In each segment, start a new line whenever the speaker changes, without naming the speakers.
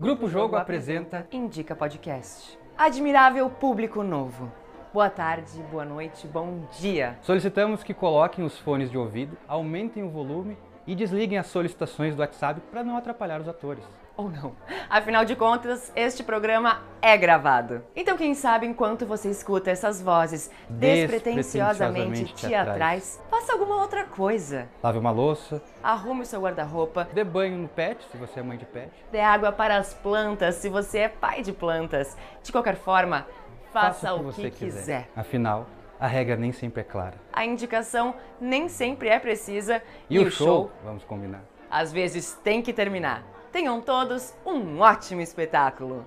Grupo Jogo apresenta
Indica Podcast. Admirável público novo. Boa tarde, boa noite, bom dia.
Solicitamos que coloquem os fones de ouvido, aumentem o volume e desliguem as solicitações do WhatsApp para não atrapalhar os atores.
Ou não. Afinal de contas, este programa é gravado. Então, quem sabe, enquanto você escuta essas vozes despretensiosamente
Despretensiosamente teatrais.
teatrais, faça alguma outra coisa.
Lave uma louça,
Arrume o seu guarda-roupa,
dê banho no pet, se você é mãe de pet.
dê água para as plantas se você é pai de plantas. De qualquer forma, faça, o que,
você
quiser.
Afinal, a regra nem sempre é clara.
A indicação nem sempre é precisa
E, o show, vamos combinar.
às vezes tem que terminar. Tenham todos um ótimo espetáculo.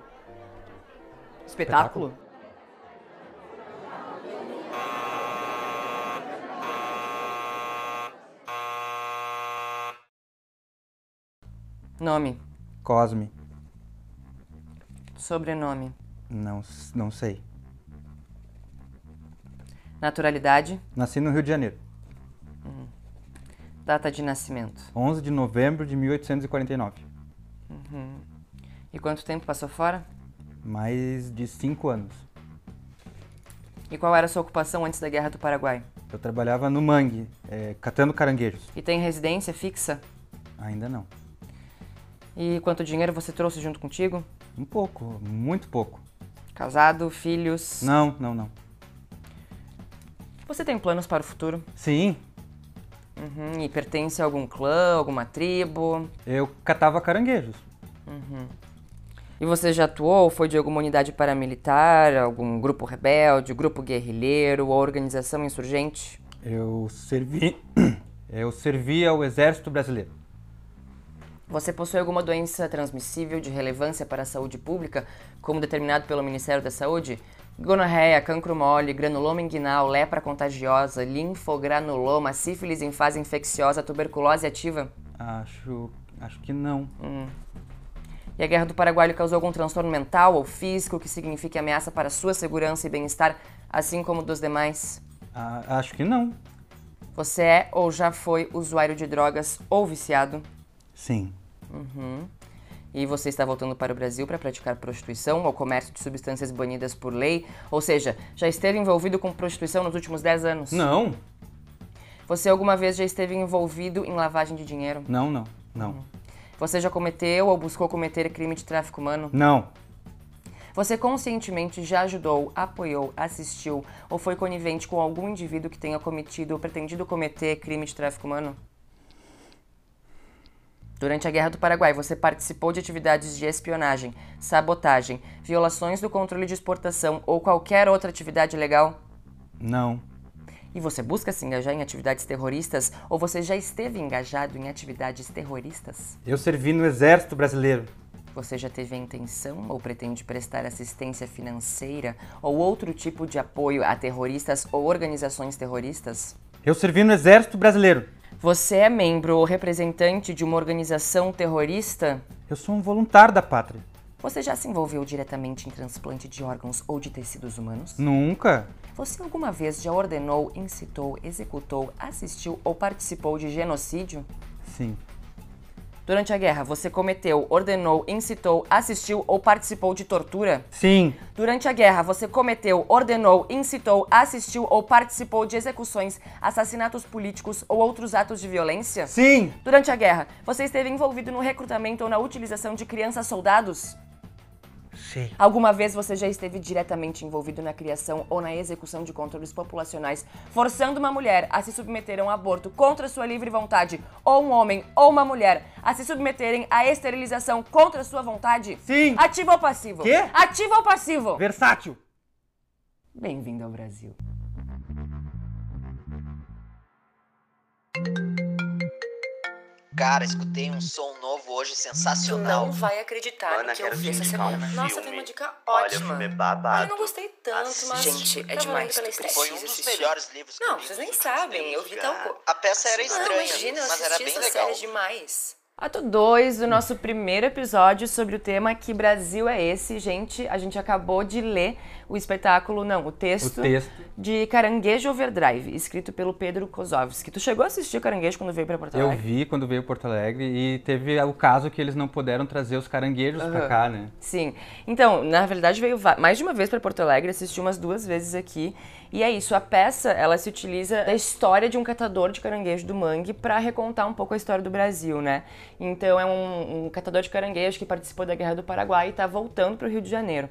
Espetáculo? Nome,
Cosme,
sobrenome,
não, não sei.
naturalidade,
Nasci no Rio de Janeiro,
data de nascimento.
11 de novembro de 1849.
E quanto tempo passou fora?
Mais de 5 anos.
E qual era a sua ocupação antes da Guerra do Paraguai?
Eu trabalhava no mangue, eh, catando caranguejos.
E tem residência fixa?
Ainda não.
E quanto dinheiro você trouxe junto contigo?
Um pouco, muito pouco.
Casado, filhos?
Não, não, não.
Você tem planos para o futuro?
Sim,
Uhum, e pertence a algum clã, alguma tribo?
eu catava caranguejos.
E você já atuou? Foi de alguma unidade paramilitar, algum grupo rebelde, grupo guerrilheiro ou organização insurgente?
Eu servi. Eu servi ao Exército Brasileiro.
Você possui alguma doença transmissível de relevância para a saúde pública, como determinado pelo Ministério da Saúde? Gonorreia, cancro mole, granuloma inguinal, lepra contagiosa, linfogranuloma, sífilis em fase infecciosa, tuberculose ativa?
Acho. Acho que não.
E a Guerra do Paraguai lhe causou algum transtorno mental ou físico que signifique ameaça para sua segurança e bem-estar, assim como dos demais?
A- acho que não.
Você é ou já foi usuário de drogas ou viciado?
Sim.
E você está voltando para o Brasil para praticar prostituição ou comércio de substâncias banidas por lei? Ou seja, já esteve envolvido com prostituição nos últimos 10 anos?
Não,
Você alguma vez já esteve envolvido em lavagem de dinheiro?
não, não, não.
Você já cometeu ou buscou cometer crime de tráfico humano?
Não,
Você conscientemente já ajudou, apoiou, assistiu ou foi conivente com algum indivíduo que tenha cometido ou pretendido cometer crime de tráfico humano? Durante a Guerra do Paraguai, você participou de atividades de espionagem, sabotagem, violações do controle de exportação ou qualquer outra atividade ilegal?
não,
E você busca se engajar em atividades terroristas ou você já esteve engajado em atividades terroristas?
eu servi no Exército Brasileiro.
Você já teve a intenção ou pretende prestar assistência financeira ou outro tipo de apoio a terroristas ou organizações terroristas?
Eu servi no Exército Brasileiro.
Você é membro ou representante de uma organização terrorista?
Eu sou um voluntário da pátria.
Você já se envolveu diretamente em transplante de órgãos ou de tecidos humanos?
Nunca.
Você alguma vez já ordenou, incitou, executou, assistiu ou participou de genocídio?
Sim,
Durante a guerra, você cometeu, ordenou, incitou, assistiu ou participou de tortura?
sim,
Durante a guerra, você cometeu, ordenou, incitou, assistiu ou participou de execuções, assassinatos políticos ou outros atos de violência?
sim,
Durante a guerra, você esteve envolvido no recrutamento ou na utilização de crianças soldados?
sim,
Alguma vez você já esteve diretamente envolvido na criação ou na execução de controles populacionais, forçando uma mulher a se submeter a um aborto contra sua livre vontade, ou um homem ou uma mulher a se submeterem à esterilização contra sua vontade?
sim.
Ativo ou passivo?
Quê?
Ativo ou passivo?
Versátil.
Bem-vindo ao Brasil.
Cara, escutei um som novo hoje
Tu
sensacional.
não vai acreditar
Ana,
no que eu
quero
vi
te
essa
indicar um
semana.
filme.
Nossa, tem uma dica
Olha, o
ótima.
filme é
Olha,
babado.
eu não gostei tanto, mas.
Gente, é
Tá
tava
demais,
lendo Pela
tu
estreia,
precisa
Foi um
preciso
dos
assistir.
melhores livros que eu
Não,
li
vocês
nos
nem
últimos
sabem,
tempos,
eu vi
cara.
tal coisa.
A peça era
Não,
estranha,
imagina, eu
mas era
assisti
bem
essa
legal.
série demais.
Ato 2 do nosso primeiro episódio sobre o tema Que Brasil é esse? Gente, a gente acabou de ler o espetáculo, não, o
O
texto,
texto.
de Caranguejo Overdrive, escrito pelo Pedro Kozovski. Tu chegou a assistir o Caranguejo quando veio pra Porto
Eu
Alegre?
vi quando veio Porto Alegre e teve o caso que eles não puderam trazer os caranguejos pra
Aham.
cá, né?
Sim. Então, na verdade, veio va- mais de uma vez para Porto Alegre, assisti umas duas vezes aqui. E é isso, a peça, ela se utiliza da história de um catador de caranguejo do mangue para recontar um pouco a história do Brasil, né? Então, é um, um catador de caranguejo que participou da Guerra do Paraguai e está voltando para o Rio de Janeiro.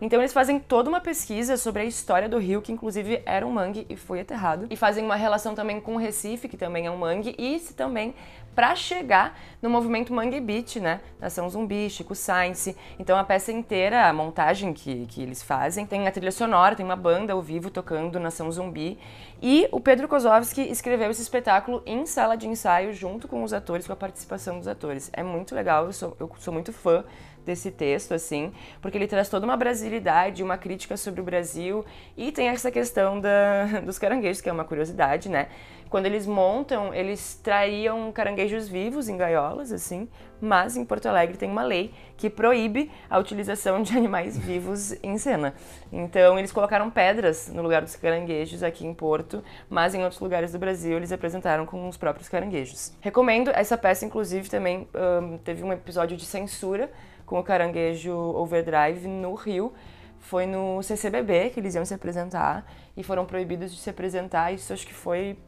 Então, eles fazem toda uma pesquisa sobre a história do rio, que inclusive era um mangue e foi aterrado. E fazem uma relação também com o Recife, que também é um mangue, e se também para chegar no movimento Mangue Beat, né? Nação Zumbi, Chico Science. Então a peça inteira, a montagem que, que eles fazem, tem a trilha sonora, tem uma banda ao vivo tocando Nação Zumbi. E o Pedro Kozovski escreveu esse espetáculo em sala de ensaio junto com os atores, com a participação dos atores. É muito legal, eu sou, eu sou muito fã desse texto, assim, porque ele traz toda uma brasilidade, uma crítica sobre o Brasil e tem essa questão da, dos caranguejos, que é uma curiosidade, né? Quando eles montam, eles trariam caranguejos vivos em gaiolas, assim, mas em Porto Alegre tem uma lei que proíbe a utilização de animais vivos em cena. Então eles colocaram pedras no lugar dos caranguejos aqui em Porto, mas em outros lugares do Brasil eles apresentaram com os próprios caranguejos. Recomendo, essa peça inclusive também ahn, teve um episódio de censura com o caranguejo overdrive no Rio, foi no CCBB que eles iam se apresentar e foram proibidos de se apresentar. Isso acho que foi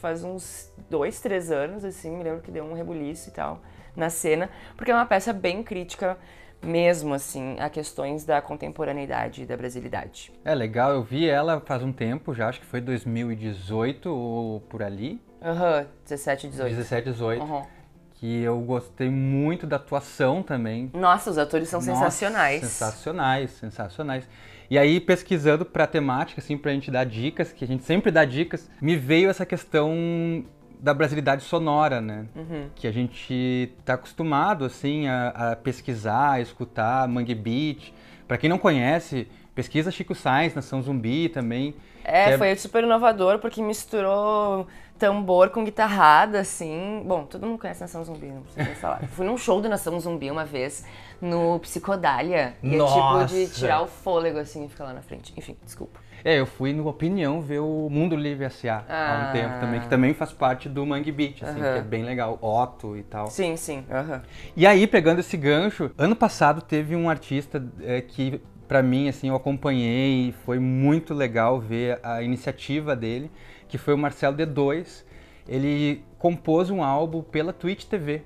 faz uns dois, três anos, assim. Me lembro que deu um rebuliço e tal na cena, porque é uma peça bem crítica mesmo, assim, a questões da contemporaneidade e da brasilidade.
É legal, eu vi ela faz um tempo já, acho que foi 2018 ou por ali,
Aham, 17, 18.
17, 18,
Aham.
que eu gostei muito da atuação também.
Nossa, os atores são
Nossa,
sensacionais.
Sensacionais, sensacionais. E aí, pesquisando pra temática, assim, pra gente dar dicas, que a gente sempre dá dicas, me veio essa questão da brasilidade sonora, né?
Uhum.
Que a gente tá acostumado, assim, a, a pesquisar, a escutar Mangue Beat. Pra quem não conhece, pesquisa Chico Sainz, Nação Zumbi também. que
É, foi super inovador porque misturou tambor com guitarrada, assim. Bom, todo mundo conhece Nação Zumbi, não precisa nem falar. Fui num show do Nação Zumbi uma vez, no Psicodália. E é tipo de
Nossa!
tirar o fôlego, assim, e ficar lá na frente. Enfim, desculpa.
É, eu fui no Opinião ver o Mundo Livre S.A. há
Ah.
um tempo também, que também faz parte do Mangue Beat, assim,
Aham.
que é bem legal. Otto e tal.
Sim, sim. aham.
E aí, pegando esse gancho, ano passado teve um artista eh, que, pra mim, assim, eu acompanhei, foi muito legal ver a iniciativa dele, que foi o Marcelo D2. Ele compôs um álbum pela Twitch TV,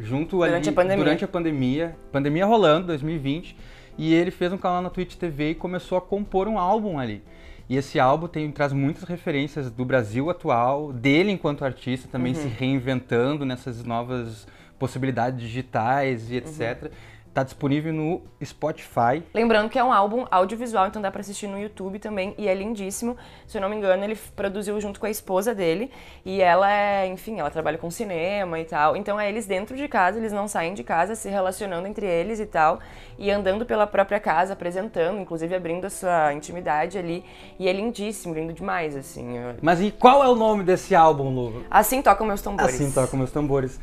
junto ali,
Durante a pandemia.
durante a pandemia, pandemia rolando, 2020, e ele fez um canal na Twitch TV e começou a compor um álbum ali. E esse álbum tem, traz muitas referências do Brasil atual, dele enquanto artista também
Uhum.
se reinventando nessas novas possibilidades
Uhum.
digitais e etc. Tá disponível no Spotify.
Lembrando que é um álbum audiovisual, então dá pra assistir no YouTube também, e é lindíssimo. Se eu não me engano, ele produziu junto com a esposa dele, e ela é, enfim, ela trabalha com cinema e tal. Então é eles dentro de casa, eles não saem de casa, se relacionando entre eles e tal, e andando pela própria casa, apresentando, inclusive abrindo a sua intimidade ali. E é lindíssimo, lindo demais, assim. Eu-
Mas e qual é o nome desse álbum, Lu?
Assim tocam meus tambores.
Assim tocam meus tambores.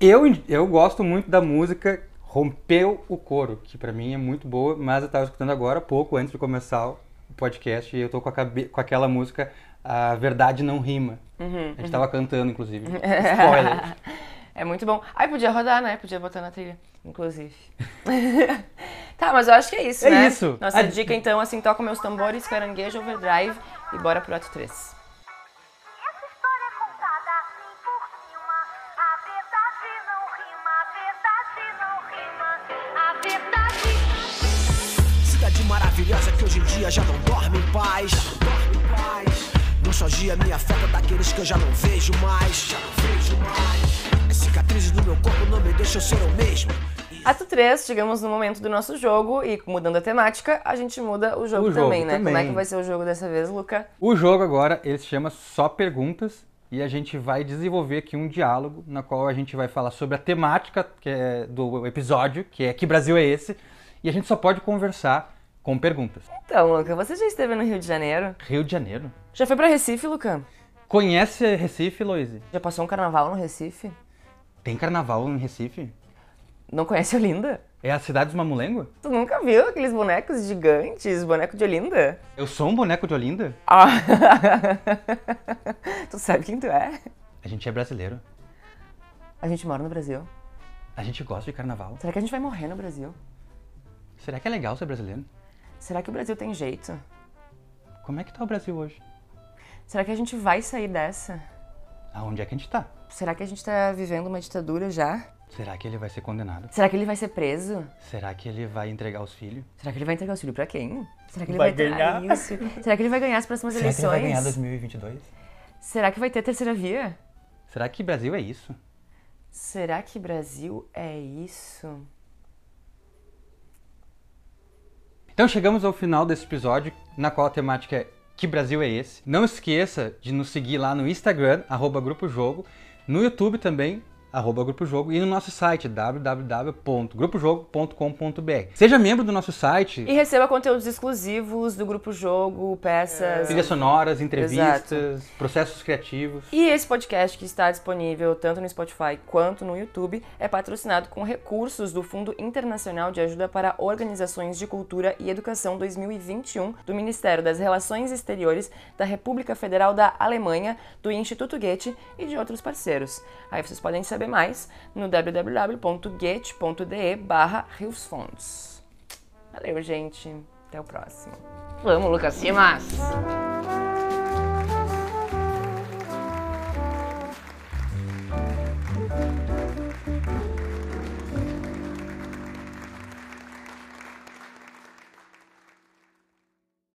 Eu, eu gosto muito da música Rompeu o Coro, que pra mim é muito boa, mas eu tava escutando agora há pouco, antes de começar o podcast, e eu tô com, a cabe- com aquela música A Verdade Não Rima. a gente tava cantando, inclusive. Spoiler.
É muito bom. Ai, podia rodar, né? Podia botar na trilha, inclusive. tá, mas eu acho que é isso,
É
né?
isso.
Nossa
A-
dica, então, assim, toca meus tambores, caranguejo, overdrive e bora pro ato 3.
Essa história é contada assim por cima. A verdade não rima, a verdade não rima, a verdade.
Cidade maravilhosa que hoje em dia já não dorme em paz. Dorme em paz. Nostalgia me afeta daqueles que eu já não vejo mais. Já não vejo mais. As cicatrizes do meu corpo não me deixam ser eu mesmo.
Ato 3, chegamos no momento do nosso jogo e mudando a temática, a gente muda o jogo,
O jogo
também, né? Como é
também.
que vai ser o jogo dessa vez, Luca?
O jogo agora, ele se chama Só Perguntas, e a gente vai desenvolver aqui um diálogo, na qual a gente vai falar sobre a temática que é do episódio, que é Que Brasil é Esse? E a gente só pode conversar com perguntas.
Então, Luca, você já esteve no Rio de Janeiro?
Rio de Janeiro?
Já foi pra Recife, Luca?
Conhece Recife, Loise?
Já passou um carnaval no Recife?
Tem carnaval em Recife?
Não conhece Olinda?
É a cidade dos mamulengos?
Tu nunca viu aqueles bonecos gigantes, boneco de Olinda?
Eu sou um boneco de Olinda?
Ah. tu sabe quem tu é?
A gente é brasileiro.
A gente mora no Brasil.
A gente gosta de carnaval.
Será que a gente vai morrer no Brasil?
Será que é legal ser brasileiro?
Será que o Brasil tem jeito?
Como é que tá o Brasil hoje?
Será que a gente vai sair dessa?
Aonde é que a gente tá?
Será que a gente tá vivendo uma ditadura já?
Será que ele vai ser condenado?
Será que ele vai ser preso?
Será que ele vai entregar os filhos?
Será que ele vai entregar o filho pra quem? Será que ele
Vai
vai, trair
ganhar?
isso? Será que ele vai ganhar as próximas
Será que ele
eleições?
vai ganhar 2022?
Será que vai ter terceira via?
Será que Brasil é isso?
Será que Brasil é isso?
Então chegamos ao final desse episódio, na qual a temática é Que Brasil é esse? Não esqueça de nos seguir lá no Instagram, arroba Grupo Jogo, no YouTube também, arroba Grupo Jogo, e no nosso site, www.grupojogo.com.br. Seja membro do nosso site,
E receba conteúdos exclusivos do Grupo Jogo, peças.
trilhas sonoras, entrevistas, processos criativos.
E esse podcast que está disponível tanto no Spotify quanto no YouTube é patrocinado com recursos do Fundo Internacional de Ajuda para Organizações de Cultura e Educação 2021 do Ministério das Relações Exteriores da República Federal da Alemanha, do Instituto Goethe e de outros parceiros. Aí vocês podem saber mais no www.goethe.de/riosfontes. Valeu, gente. Até o próximo. Vamos, Lucas Simas.